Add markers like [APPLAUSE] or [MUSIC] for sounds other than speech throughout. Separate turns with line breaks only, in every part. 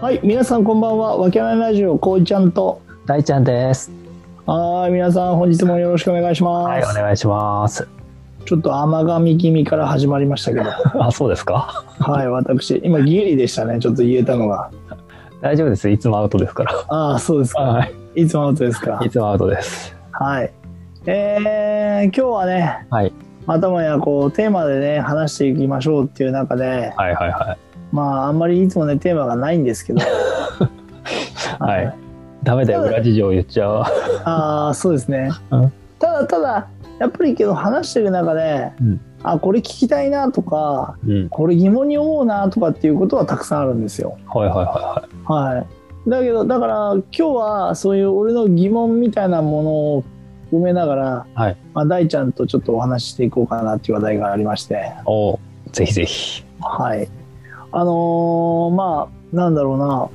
はい、皆さんこんばんは。わけないラジオ、こういちゃんと。
大ちゃんです。
はーい、皆さん本日もよろしくお願いします。
はい、お願いします。
ちょっと甘噛み気味から始まりましたけど。
[LAUGHS] あ、そうですか。
はい、私、今ギリでしたね。ちょっと言えたのが。
大丈夫です。いつもアウトですから。
ああ、そうですか。、
はい
つものことですか
[LAUGHS] い。。いつもアウトです。
はい。えー、今日はね、
はい。
またもやこう、テーマでね、話していきましょうっていう中で、
はいはいはい。
まあ、あんまりいつもね、テーマがないんですけど。。
[LAUGHS] はいダメだよ、裏事情言っちゃう。
ああ、そうですね
うん。
ただただ、やっぱりけど話してる中で、
うん
あ、これ聞きたいなとか、
うん。
これ疑問に思うなとかっていうことはたくさんあるんですよ。
はいはいは
はい。だけど、だから今日はそういう俺の疑問みたいなものを埋めながら、
はい
まあ、大ちゃんとちょっとお話ししていこうかなっていう話題がありまして
い。、おうぜひぜひ。
はい。あのーまあ、なんだろうな。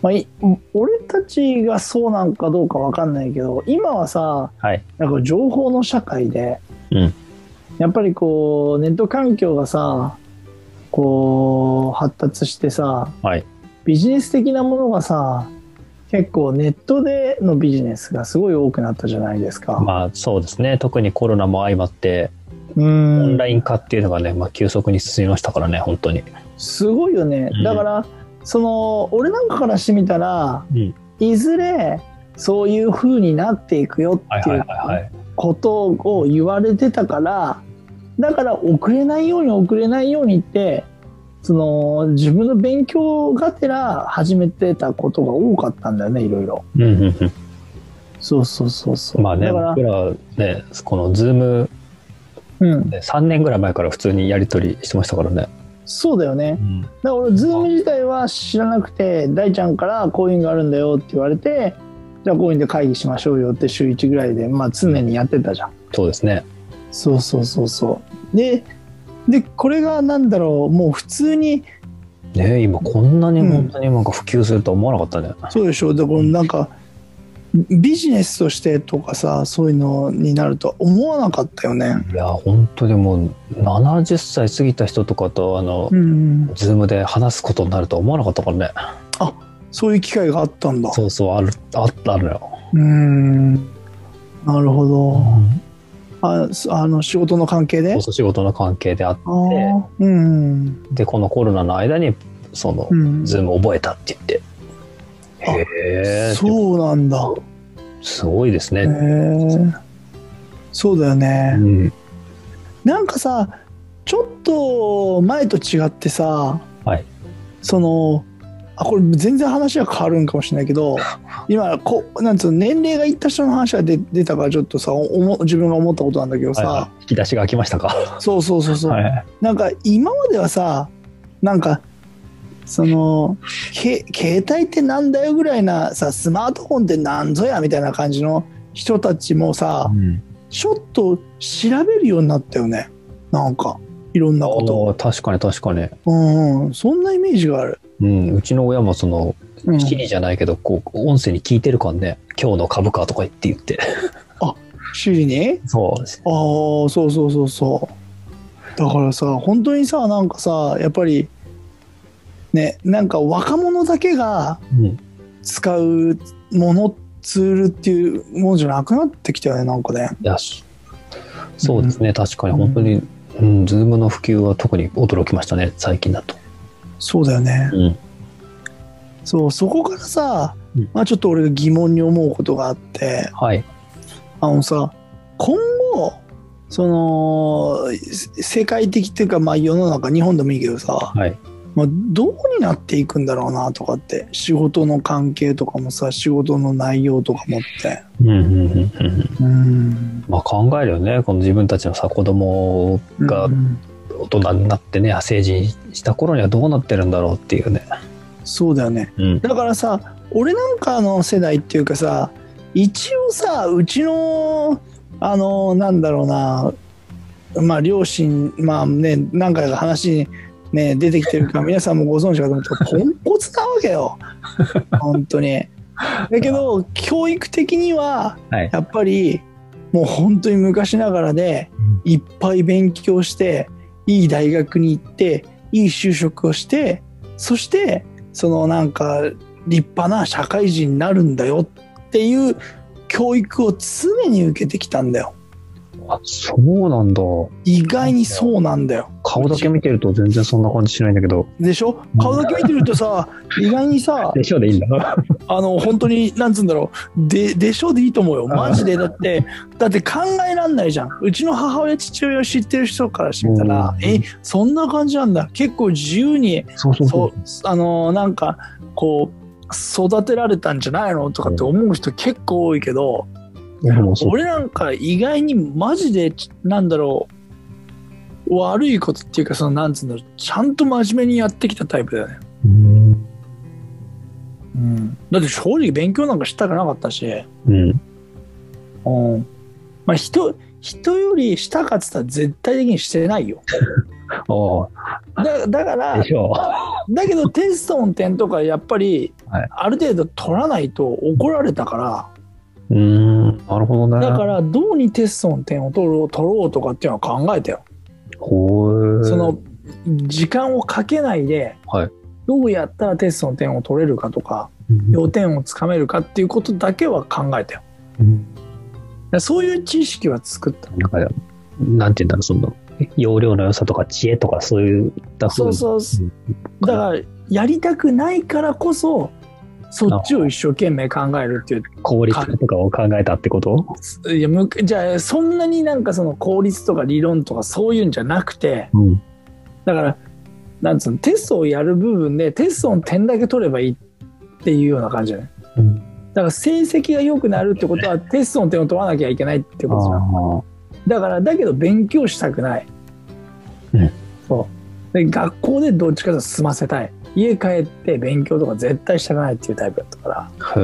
まあ、い俺たちがそうなんかどうかわかんないけど、今はさ、
はい。
なんか情報の社会で、
うん
やっぱりこうネット環境がさこう発達してさ
はい。
ビジネス的なものがさ結構ネットでのビジネスがすごい多くなったじゃないですか。
まあそうですね。特にコロナも相まって、
う
オ
ん
ンライン化っていうのがね、まあ急速に進みましたからね、本当に。
すごいよね
うん。
だから、その俺なんかからしてみたら
うん。
いずれそういう風になっていくよ
はい
って
はいいうはいはい。
ことを言われてたからだから遅れないように遅れないようにってその自分の勉強がてら始めてたことが多かったんだよねいろいろ
うんうんうん。
そうそうそうそう
まあね、
だから
僕らね、このズーム
うん
で3年ぐらい前から普通にやり取りしてましたからね。
そうだよね
うん。
だから俺ズーム自体は知らなくて大ちゃんからこういうのがあるんだよって言われてじゃあこういうんで会議しましょうよって週1ぐらいでまあ常にやってたじゃん
そうですね。
そうそうそうそうででこれがなんだろうもう普通に
ね今こんなに
うん
本当になんか普及するとは思わなかったね、
そうでしょだからなんかビジネスとしてとかさそういうのになるとは思わなかったよね。
いや本当にもう70歳過ぎた人とかとあの、
うん、
ズームで話すことになるとは思わなかったからね
そういう機会があったんだ。
そうそうあるあったのよ、
うんなるほど。
うん
あそあの仕事の関係で
そうそう仕事の関係であっ
あーうん
てこのコロナの間にその、
うん
ズーム覚えたって言って
あ
へえ
そうなんだ。
すごいです
へ
ね、
えそうだよ
う
ね。
ん、
なんかさちょっと前と違ってさ、
はい
そのあこれ全然話は変わるんかもしれないけど今こなんつうの年齢がいった人の話が出出たからちょっとさお思自分が思ったことなんだけど
はい
さ、
はい引き出しが開きましたか
そうそうそうそう、
はい
なんか今まではさなんかそのけ携帯ってなんだよぐらいなさスマートフォンってなんぞやみたいな感じの人たちもさ
うん
ちょっと調べるようになったよねなんかいろんなことを
おー確かに確かに、
うんうん、そんなイメージがある。
うん、うちの親もその
うん
シリじゃないけど、こう、音声に聞いてるからね、今日の株価とか言って言って。
シリに
[LAUGHS] そう。
ああそうそうそうそう。だからさ本当にさなんかさやっぱりねなんか若者だけが
うん、
使うものツールっていうものじゃなくなってきたよねなんかね。
いや、しそうですね、確かに本当に、うん、ズームの普及は特に驚きましたね、最近だと。
そうだよね。
うん。
そうそこからさ
うん、
まあ、ちょっと俺が疑問に思うことがあって
はい。
あのさ今後そのせ世界的っていうかまあ世の中日本でもいいけどさ、
はい。
まあ、どうになっていくんだろうなとかって仕事の関係とかもさ仕事の内容とかもって
うん、うん、うんうんうん。
うん
まあ考えるよね、この自分たちのさ、子供が
うん
大人になってね、成人した頃にはどうなってるんだろうっていうね。
そうだよね
うん。
だからさ俺なんかの世代っていうかさ一応さうちのあのなんだろうなまあ両親まあね何回か話にね出てきてる
[LAUGHS]
から皆さんもご存知かと思ったらポンコツなわけよ本当にだけど教育的には
はい
やっぱりもう本当に昔ながらでいっぱい勉強していい大学に行っていい就職をしてそしてそのなんか立派な社会人になるんだよっていう教育を常に受けてきたんだよ
あそうなんだ
意外にそうなんだよ
顔だけ見てると全然そんな感じしないんだけど
でしょ顔だけ見てると
[LAUGHS]
さ意外にさ
でしょでいいんだな
あの本当になんつうんだろうででしょでいいと思うよマジでだってだって考えらんないじゃんうちの母親父親を知ってる人からしてみたら
うん
えそんな感じなんだ結構自由に
そうそう
そ
そう
あのなんかこう育てられたんじゃないのとかって思う人結構多いけど
う俺もそう
俺なんか意外にマジでなんだろう悪いことっていうかそのなんつうんだろうちゃんと真面目にやってきたタイプだよね、
うん
だって正直勉強なんかしたくなかったし、
うん
うん、まあ人人より下かっつったら絶対的にしてないよ
ああ
だだから
でしょあ
だけどテストの点とかやっぱり
はい
ある程度取らないと怒られたか
うーんなるほど
ら
ね
だからどうにテストの点を取ろう取ろうとかっていうのは考えたよ
ほう
その時間をかけないで
はい
どうやったらテストの点を取れるかとか
うん
要点をつかめるかっていうことだけは考えたよ
うん
だからそういう知識は作った
なんかなんて言うんだろうその容量の良さとか知恵とかそういった
そう
う
そう
う
だからやりたくないからこそそっちを一生懸命考えるっていう
効率化とかを考えたってこと
いやむじゃあそんなになんかその効率とか理論とかそういうんじゃなくて
うん
だからなんつうのテストをやる部分でテストの点だけ取ればいいっていうような感じじゃない
うん
だから成績が良くなるってことはテストの点を取らなきゃいけないってことじゃん
あ
だからだけど勉強したくない、
うん
そうで学校でどっちかと済ませたい家帰って勉強とか絶対したくないっていうタイプだったから
あ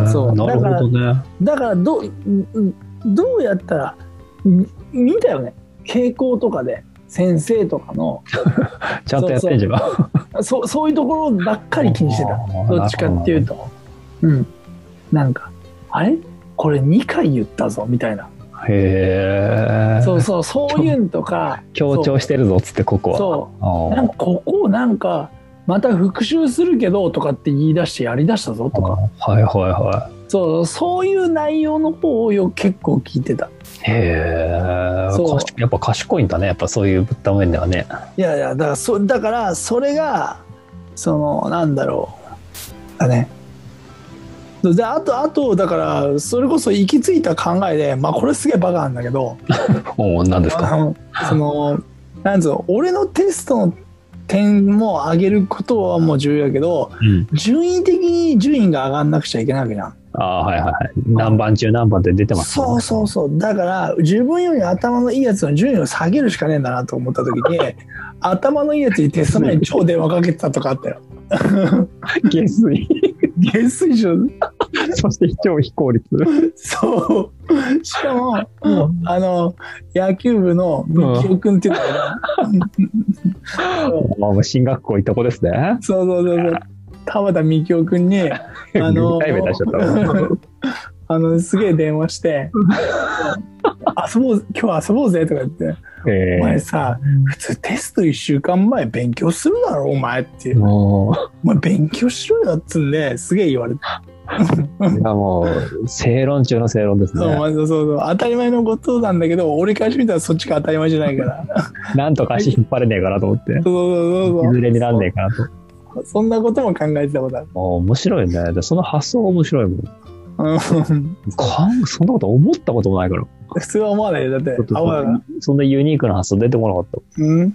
へえ
そう
なるほどね
だからどうんうんどうやったらみ見たよね傾向とかで先生とかの
ちゃんとやってんじゃんばっ
そそういうところばっかり気にしてたどっちかっていう
と
とうんなんかあれこれ2回言ったぞみたいな
へえ
そうそうそういうんとか
[LAUGHS] 強調してるぞっつってここは
そう
あ
なんかここをなんかまた復習するけどとかって言い出してやりだしたぞとか
あはいはいは
そうそういう内容の方をよ結構聞いてた
いへえ
そう
賢いやっぱ賢いんだねやっぱそういうぶった面ではね
いやいやだからそだからそれがそのなんだろうだねであとあとだからそれこそ行き着いた考えでまあこれすげえバカなんだけど
おお何ですか
あのそのなんつうの俺のテストの点も上げることはもう重要やけど
うん
順位的に順位が上がんなくちゃいけないわけじゃん
ああはいはいはい何番中何番って出てます
そうそうそうだから自分より頭のいいやつの順位を下げるしかねえんだなと思った時 [LAUGHS] に頭のいいやつにテスト前に超電話かけてたとかあったよ
う下水
下水上
[LAUGHS] そして超非効率
そうしかも、
うん
あの野球部のみきおくんっていうのが、
まあ進学校いとこですね
そうそうそうそう田畑みきおくん [LAUGHS] にあの
痛い目出しちゃったわ
[LAUGHS] あのすげえ電話 [LAUGHS] して「遊ぼう今日遊ぼうぜ」とか言って
へ
「お前
え
さ普通テスト1週間前勉強するだろお前」っていう
もう
まあ、勉強しろよっつうんですげえ言われて、
いやもう正論中の正論です
そう
ね。
まあそうそう当たり前のことなんだけど俺からしてみたらそっちが当たり前じゃないから
なんとか足引っ張れねえかなと思って
そう。そうそうそう
いずれになんねえかなと。
そうそんなことも考えてたことある
ああ面白いね。でその発想が面白いもん。
うん
かんそんなこと思ったこともないから。
普通は思わないよだって
ちょっと
青だから
そんなユニークな発想出てこなかった。
うん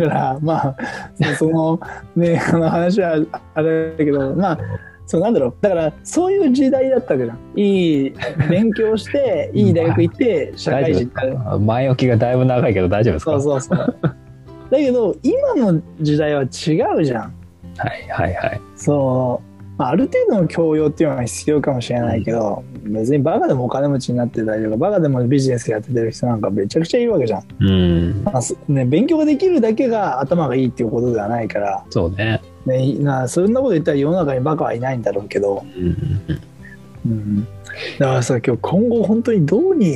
だからまあそそのね [LAUGHS] あの話はあれだけどまあそうなんだろうだからそういう時代だったわけじゃんいい勉強 [LAUGHS] していい大学行って社会人になる
前置きがだいぶ長いけど大丈夫ですか
そうそうそうだけど今の時代は違うじゃん
はいはいはい。
そうまあある程度の教養っていうのが必要かもしれないけど、別にバカでもお金持ちになってたりとかバカでもビジネスやっててる人なんかめちゃくちゃいるわけじゃん、
うん。
まあすね、勉強ができるだけが頭がいいっていうことではないから、
そうね。
ね、なそんなこと言ったら世の中にバカはいないんだろうけど、
うん。
うん、だからさ今日今後本当にどうに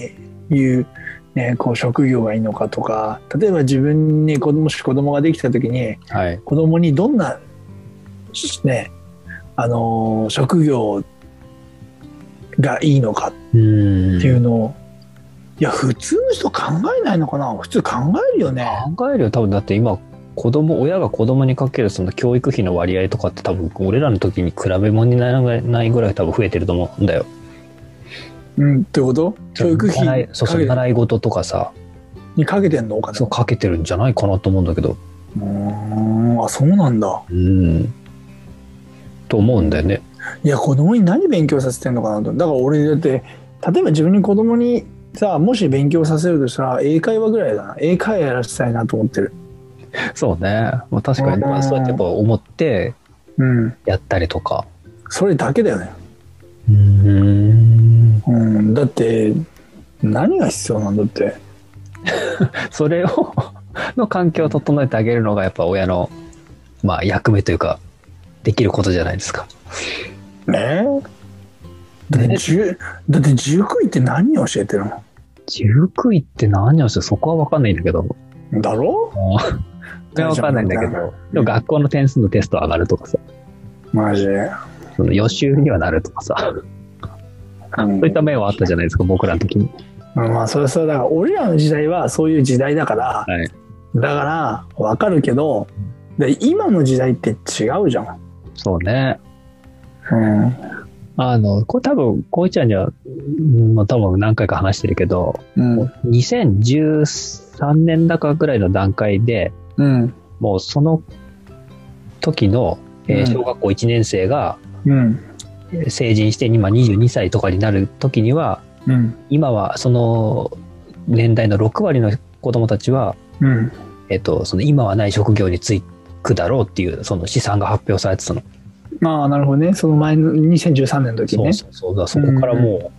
いう、ね、こう職業がいいのかとか例えば自分に子供もし子供ができた時に
はい。
子供にどんなねあの職業がいいのか
うん
っていうのを、いや普通の人考えないのかな普通考えるよね
考えるよ多分だって今子供親が子供にかけるその教育費の割合とかって多分俺らの時に比べ物にならないぐらい多分増えてると思うんだよ。
うんってこと教育
習
費
いそうそう
かけ
習い事とかさ
にかけてんのお金
そうかけてるんじゃないかなと思うんだけど
うーんあそうなんだ
うんと思うんだよね。
いや子供に何勉強させてんのかなとだから俺だって例えば自分に子供にさもし勉強させるとしたら英会話ぐらいだな英会話やらせたいなと思ってる
そうね、まあ、確かにまあそうやってやっぱ思って
うん
やったりとか。
それだけだよね
うん
うんだって何が必要なんだって
それを [LAUGHS] の環境を整えてあげるのがやっぱ親の、まあ、役目というかできることじゃないですか。
ねだって
ね
塾だって塾行って何を教えてるの
塾行って何をしてそこは分かんないんだけど。
だろ
それは分かんないんだけど。でも学校の点数のテスト上がるとかさ、
マジで、
その予習にはなるとかさ、
うん
そういった面はあったじゃないですか、僕らの時に。
うんまあそれはそうだから俺らの時代はそういう時代だから、
はい
だから分かるけどで今の時代って違うじゃん、
そうね。
うん
あの、これ多分、こういちゃんには、うんまあ多分何回か話してるけど、
うん
2013年だかぐらいの段階で、
うん
もうその時の、えー
うん
小学校1年生が
うん
えー成人して今22歳とかになる時には、
うん
今はその年代の6割の子供たちは、
うん
えっと、その今はない職業に就くだろうっていうその試算が発表されてたの。
まあなるほどねその前の2013年の時
そ
ね
うそうそうだからそこからも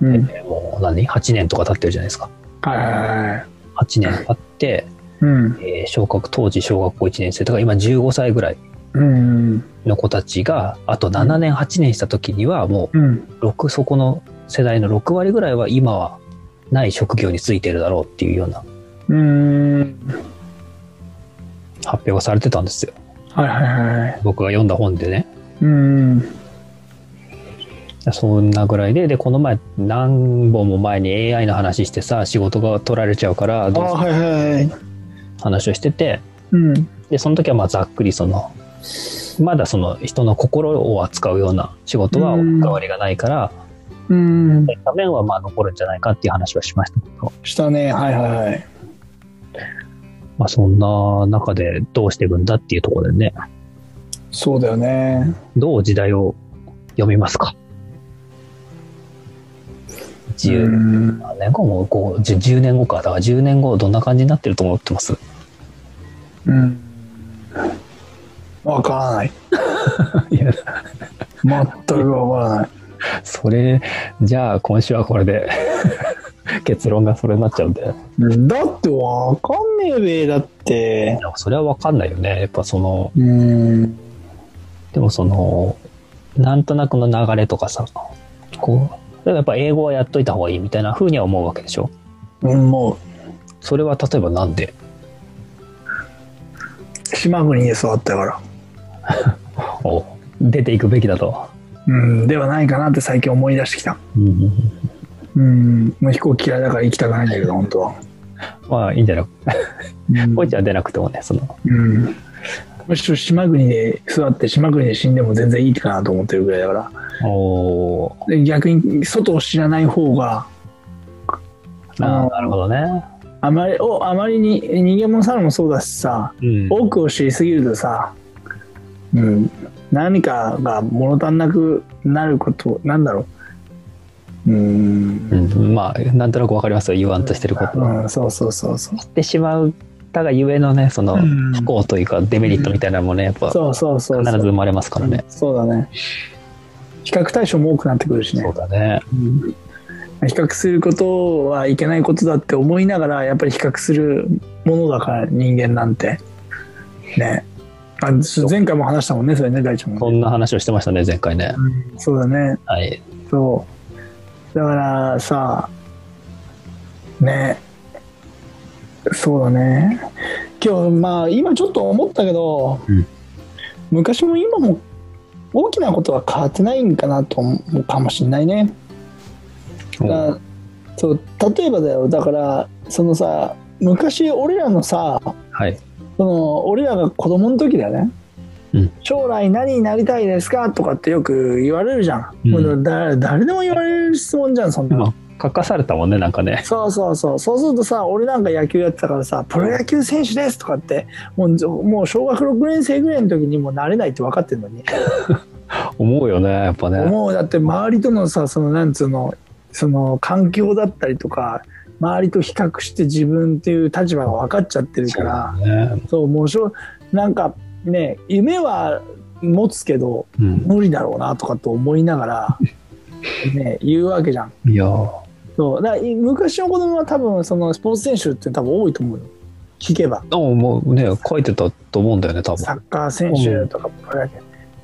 う
う、
ん
えーもう何 ?8 年とか経ってるじゃないですか。
はいはいはい
8年経って、
うん
えー小学、当時小学校1年生、だから今15歳ぐらい
うん
の子たちが、あと7年、8年した時にはも
うん
う、6、そこの世代の6割ぐらいは今はない職業に就いてるだろうっていうような
うん
発表がされてたんですよ。
はいはいはい
僕が読んだ本でね。
うん
そんなぐらいで、で、この前、何本も前に AI の話してさ、仕事が取られちゃうから、
あ
どうする
はいはいはい
話をしてて、
うん
で、その時はまあざっくりその、まだその人の心を扱うような仕事は
うん
関わりがないから、
うん
そういった面はまあ残るんじゃないかっていう話はしましたけど、
したねはいはいはい
まあそんな中でどうしていくんだっていうところでね、
そうだよね
どう時代を読みますか。
う
10
ん
年後もこう、10 10年後か、だから10年後どんな感じになってると思ってます [LAUGHS]
うん。わからない。
いや、
全くわからない。
それ、じゃあ今週はこれで、 [LAUGHS] 結論がそれになっちゃうんで。
だってわかんねえべ、だって。
それはわかんないよね。やっぱその、
うん。
でもその、なんとなくの流れとかさ、こう、例えばやっぱ英語はやっといた方がいいみたいな風には思うわけでしょ。
も
それは例えばなんで
う、島国で育ったから。
お出ていくべきだと。
うん、ではないかなって最近思い出してきた。
うん、
うん。もう飛行機嫌いだから行きたくないんだけど、本当は。
まあいいんじゃない
うん
こいちは出なくてもね、その、
うん。むしろ島国で育って島国で死んでも全然いいかなと思ってるぐらいだから
おー
で逆に外を知らない方が
あ
あ
ー
の
なるほどね。
あまりおあまりに逃げ物さるもそうだしさ
うん
多くを知りすぎるとさ、うん、何かが物足んなくなることなんだろううーん
うんまあ、なんとなくわかりますよ、言わんとしてることは。
うんそうそうそうそう
やってしまうたがゆえのね、その、
うん
不幸というか、デメリットみたいなのもね、やっぱ、必
そうそうそう
ず生まれますからね。
そうだね比較対象も多くなってくるしね
そうだね。
うん比較することはいけないことだって思いながらやっぱり比較するものだから人間なんてねあ前回も話したもんねそれね大ちゃん
そ
もね、
んな話をしてましたね、前回ね。
うんそうだね
はい。
そうだからさねそうだね今日まあ今ちょっと思ったけど、
うん
昔も今も大きなことは変わってないんかなと思うかもしれないね。だから
うん
そう例えばだよだからそのさ昔俺らのさ
はい。
その俺らが子供の時だよね、
うん
将来何になりたいですかとかってよく言われるじゃん、
うん
もうだ誰でも言われる質問じゃんそんなの、
まあ、書かされたもんね、なんかね。
そうそうそうそうするとさ俺なんか野球やってたからさプロ野球選手ですとかってもうもう小学6年生ぐらいの時にもうなれないって分かってるのに
思うよね、やっぱね。
もうだって周りとのさそのなんつうのその環境だったりとか周りと比較して自分っていう立場が分かっちゃってるから
ね
そうもうしょなんかね夢は持つけど
うん。
無理だろうなとかと思いながら、
[LAUGHS]
ね、言うわけじゃん
いやー
そうだからい昔の子供は多分そのスポーツ選手って多分多いと思うよ聞けば
でももうね、書いてたと思うんだよね、多分。
サッカー選手とかプロ野球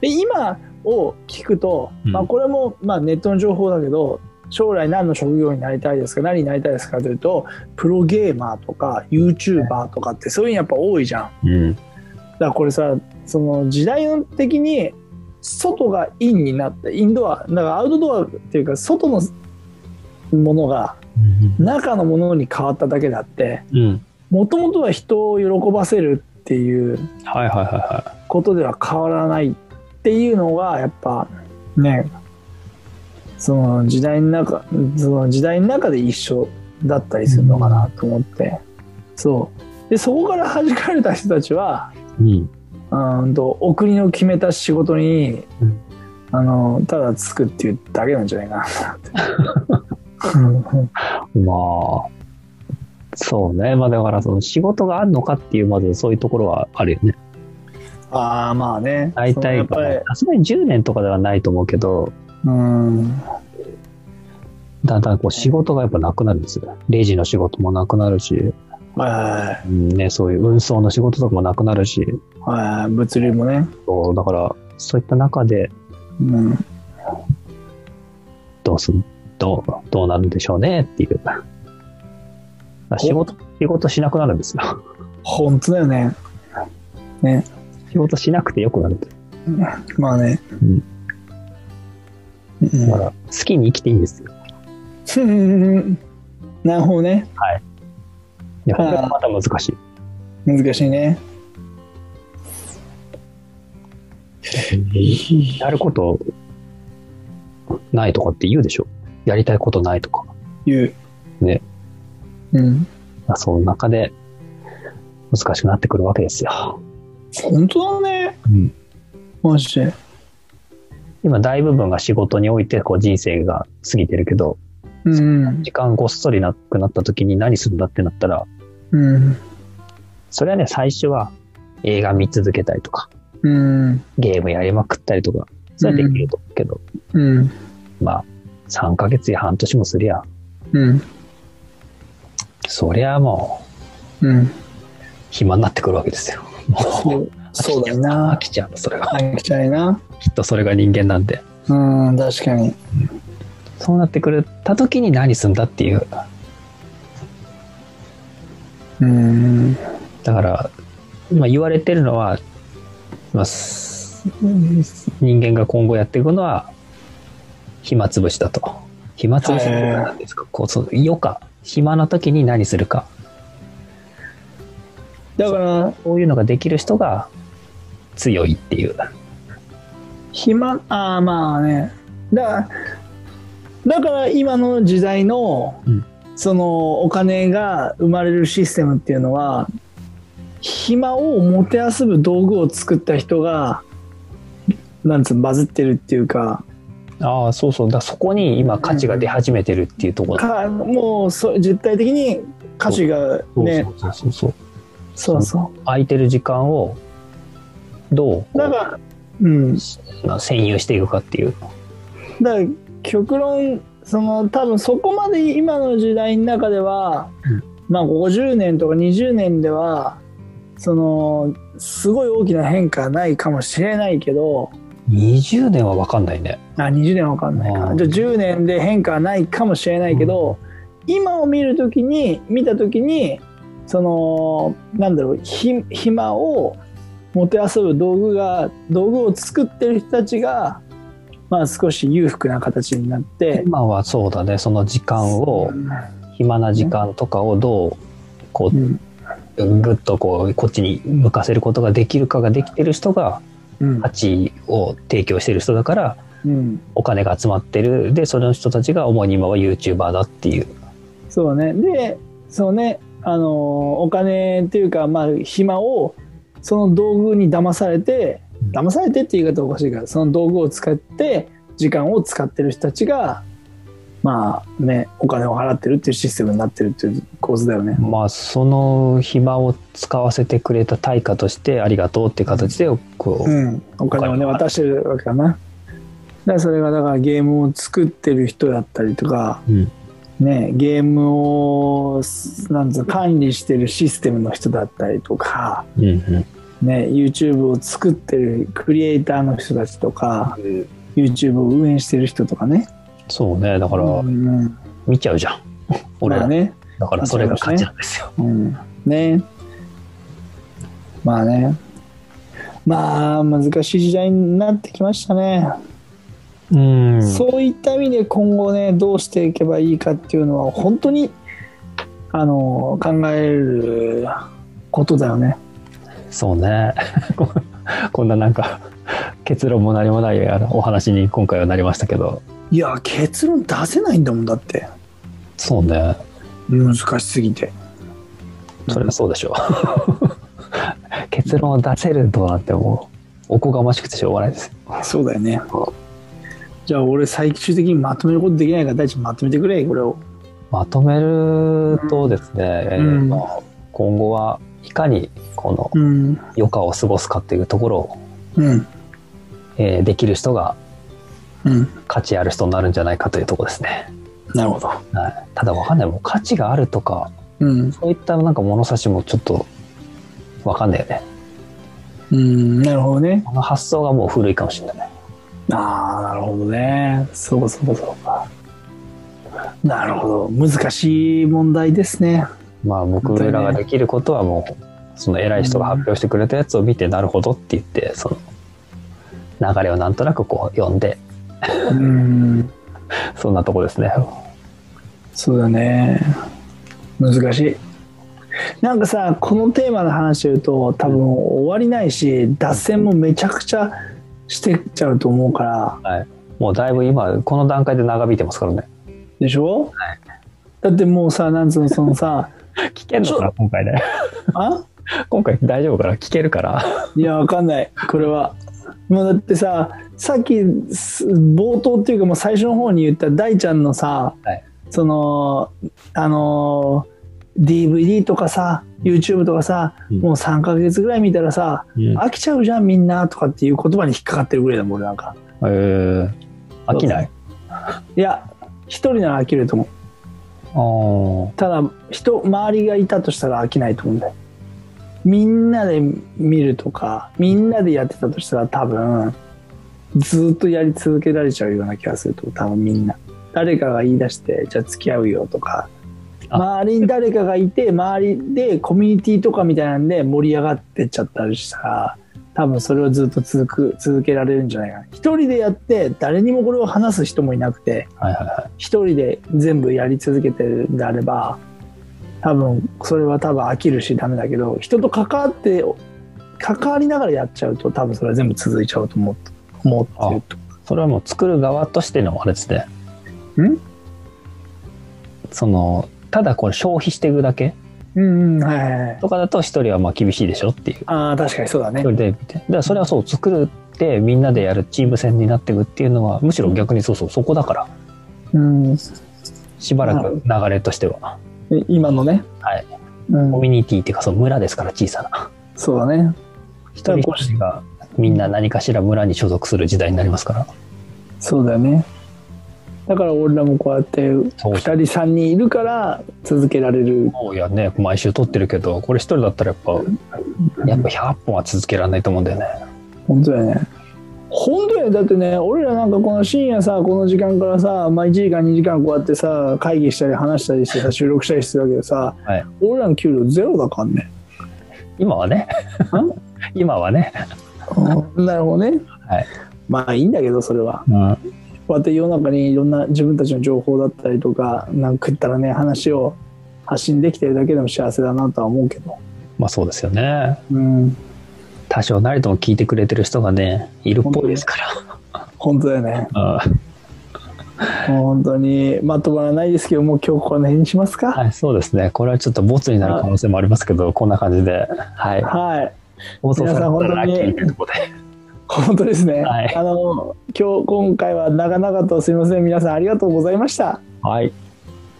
で今を聞くと、
うん
まあ、これもまあネットの情報だけど将来何の職業になりたいですか何になりたいですかというとプロゲーマーとか YouTuber とかってそういうのやっぱ多いじゃん
うん。
だからこれさその時代的に外がインになってインドアだからアウトドアっていうか外のものが中のものに変わっただけであって
うん。
もともとは人を喜ばせるっていう
はいはいはいは。
ことでは変わらないっていうのがやっぱねその時代の中その時代の中で一緒だったりするのかなと思ってそうでそこから弾かれた人たちはい
うん。
うーんとお国の決めた仕事に、
うん
あのただつくっていうだけなんじゃないかなと思ってうん
まあ、そうね。まあだから、その仕事があるのかっていう、まずそういうところはあるよね。
ああまあね
大体、
やっぱり
さすがに10年とかではないと思うけど、
うん
だんだんこう仕事がやっぱなくなるんですよ。レジの仕事もなくなるし、
は
うんね、そういう運送の仕事とかもなくなるし、
いはい物流もね、
そうだから、そういった中で
うん、
どうする、どう、どうなるんでしょうねっていう。だから仕事、仕事しなくなるんですよ。 [LAUGHS]
本当だよね
仕事しなくてよくなる。
まあね
うん
うん
だから、好きに生きていいんですよ。
うん [LAUGHS] なるほどね
いや、これはまた難しい。
難しいね
やることないとかって言うでしょ。やりたいことないとか。
言う
ね
うん
まあその中で難しくなってくるわけですよ。
本当だね
うん
マジで
今大部分が仕事においてこう人生が過ぎてるけど、
うん
時間ごっそりなくなった時に何するんだってなったら、
うん
それはね、最初は映画見続けたりとか、
うん
ゲームやりまくったりとか、それはできると思うけど、
うん
まあ、3ヶ月や半年もすりゃ、
うん
そりゃもう
うん
暇になってくるわけですよ。も
そうそうだよな
飽きちゃうの、それが。
飽きちゃいな。
きっとそれが人間なんで。
うん、確かに。
そうなってくれた時に何すんだっていう。
うん。
だから、今言われてるのは、まあ、す人間が今後やっていくのは、暇つぶしだと。暇つぶしって何ですか、こうそう余暇。暇な時に何するか。
だから、
そういうのができる人が強いっていう。
暇、ああ、まあね。だから、だから今の時代の、
うん
そのお金が生まれるシステムっていうのは、暇をもてあそぶ道具を作った人が、なんつうのバズってるっていうか、
ああ、そうそう。だそこに今価値が出始めてるっていうところ。
かもうそ絶対的に価値がね、
そうそうそう。
そうそ
空いてる時間を、どう
う。だから、うん。
まあ占有していくかっていう。
だから極論その多分そこまで今の時代の中では、
うん
まあ50年とか20年ではそのすごい大きな変化はないかもしれないけど
20年は分かんないね。
あ20年は分かんないか
う
なんじゃあ10年で変化はないかもしれないけど、今を見るときに見たときにそのなんだろうひ暇をもてあそぶ道具が道具を作ってる人たちが、まあ、少し裕福な形になって
今はそうだねその時間を暇な時間とかをどうこ
う
うんぐっとこうこっちに向かせることができるかができてる人が
うん
価値を提供してる人だから
うん、
お金が集まってるでその人たちが主に今は YouTuber だっていう
そうねでそうねあのーお金っていうかまあ暇をその道具に騙されて騙されてって言い方おかしいからその道具を使って時間を使ってる人たちがまあねお金を払ってるっていうシステムになってるっていう構図だよね。
まあその暇を使わせてくれた対価としてありがとうっていう形でこう、
うん、お金をね
お金を払う
渡してるわけかな。だからそれがだからゲームを作ってる人だったりとか、
うん
ね、ゲームをすなんつうの管理してるシステムの人だったりとか、
うんうん
ね、YouTube を作ってるクリエイターの人たちとか YouTube を運営してる人とかね。
そうねだから
うんうん
見ちゃうじゃん、俺
まあ
ら、
ね
だからそれが価値なんですよ、
うん、ねまあねまあ難しい時代になってきましたね、
うん
そういった意味で今後ねどうしていけばいいかっていうのは本当にあの考えることだよね
そうね [LAUGHS] ここんななんか結論も何もないあのお話に今回はなりましたけど
いや結論出せないんだもんだって
そうね
難しすぎて
それはそうでしょう結論を出せるとなんてもうおこがましくてしょうがないです
そうだよねじゃあ俺最終的にまとめることできないから大地まとめてくれこれを
まとめるとですね、えー
うん
まあ今後はいかにこの
うん
余暇を過ごすかっていうところを、
うん
えーできる人が
うん
価値ある人になるんじゃないかというところですね、
なるほど
はい、ただわかんないもう価値があるとか
うん
そういったなんか物差しもちょっとわかんないよね
うんなるほどね
この発想がもう古いかもしれないね
ああなるほどねそうかそうかそうかなるほど難しい問題ですね
まあ僕
本当にね
らができることはもうその偉い人が発表してくれたやつを見てなるほどって言ってその流れをなんとなくこう読んで
うん
そんなとこですね
そうだね難しいなんかさこのテーマの話してると多分終わりないし脱線もめちゃくちゃしてっちゃうと思うから
はい、もうだいぶ今この段階で長引いてますからね
でしょ、
はい
だってもうさなんつうのそのさ [LAUGHS]
聞けるのかな今回ね [LAUGHS]
あ
今回大丈夫かな聞けるから
いやわかんないこれはもうだってささっきす冒頭っていうかもう最初の方に言った大ちゃんのさ、
はい
そのあのー DVD とかさ YouTube とかさ、
うん
もう3ヶ月ぐらい見たらさ、
うん
飽きちゃうじゃんみんなとかっていう言葉に引っかかってるぐらいだもん俺なんか
えー、飽きない
いや一人なら飽きると思う
あー
ただ人周りがいたとしたら飽きないと思うんだよみんなで見るとかみんなでやってたとしたら多分ずっとやり続けられちゃうような気がすると多分みんな誰かが言い出してじゃあ付き合うよとか
あ
周りに誰かがいて周りでコミュニティとかみたいなんで盛り上がってっちゃったりしたら多分それをずっと続く続けられるんじゃないかな一人でやって誰にもこれを話す人もいなくて
はいはいは
一人で全部やり続けてるんであれば多分それは多分飽きるしダメだけど人と関わって関わりながらやっちゃうと多分それは全部続いちゃうと思う思ってると
いそれはもう作る側としてのあれですね
ん
そのただこれ消費していくだけ
うんうんはいはいはい
とかだと一人はまあ厳しいでしょっていう
ああ確かにそうだね
一人で見てだからそれはそう作るってみんなでやるチーム戦になっていくっていうのはむしろ逆にそうそうそこだから
うん
しばらく流れとしては
今のね
はい
うん
コミュニティっていうかその村ですから小さな
そうだね
一人一人がみんな何かしら村に所属する時代になりますから
そうだよねだから俺らもこうやって2
そう
人3人いるから続けられる
もういやね毎週撮ってるけどこれ一人だったらやっぱやっぱ100本は続けられないと思うんだよね
本当だよね本当だよだってね俺らなんかこの深夜さこの時間からさ、まあ、1時間2時間こうやってさ会議したり話したりしてさ収録したりしてるわけどさ、
はい
俺らの給料ゼロだからね
今はね [LAUGHS] 今はね。
うんなるほどね。
はい
まあいいんだけど、それは。
うん。
こうやって世の中にいろんな自分たちの情報だったりとか、なんか食ったらね、話を発信できてるだけでも幸せだなとは思うけど。
まあそうですよね。
うん。
多少なりとも聞いてくれてる人がね、いるっぽいですか
本当だよね。
ら。うん。
もう本当にまとまらないですけど、もう今日この辺にしますか。
[LAUGHS] はい、そうですね。これはちょっとボツになる可能性もありますけど、こんな感じで。はい。
はい。
放送された
皆さん
らラッキ
本当
ー
に
ってとこで。
本当ですね。
はい
あの今日今回は長々とすみません皆さんありがとうございました。
はい。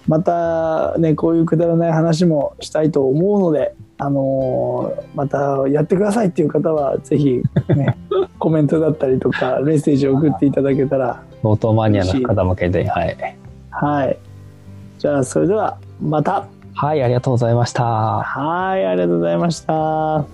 またねこういうくだらない話もしたいと思うので、あのまたやってくださいっていう方はぜひ
[LAUGHS]
ねコメントだったりとかメッセージを送っていただけたら
ノートマニアの方向けで。はい。
はい。じゃあそれではまた
はい、ありがとうございました。
はいありがとうございました。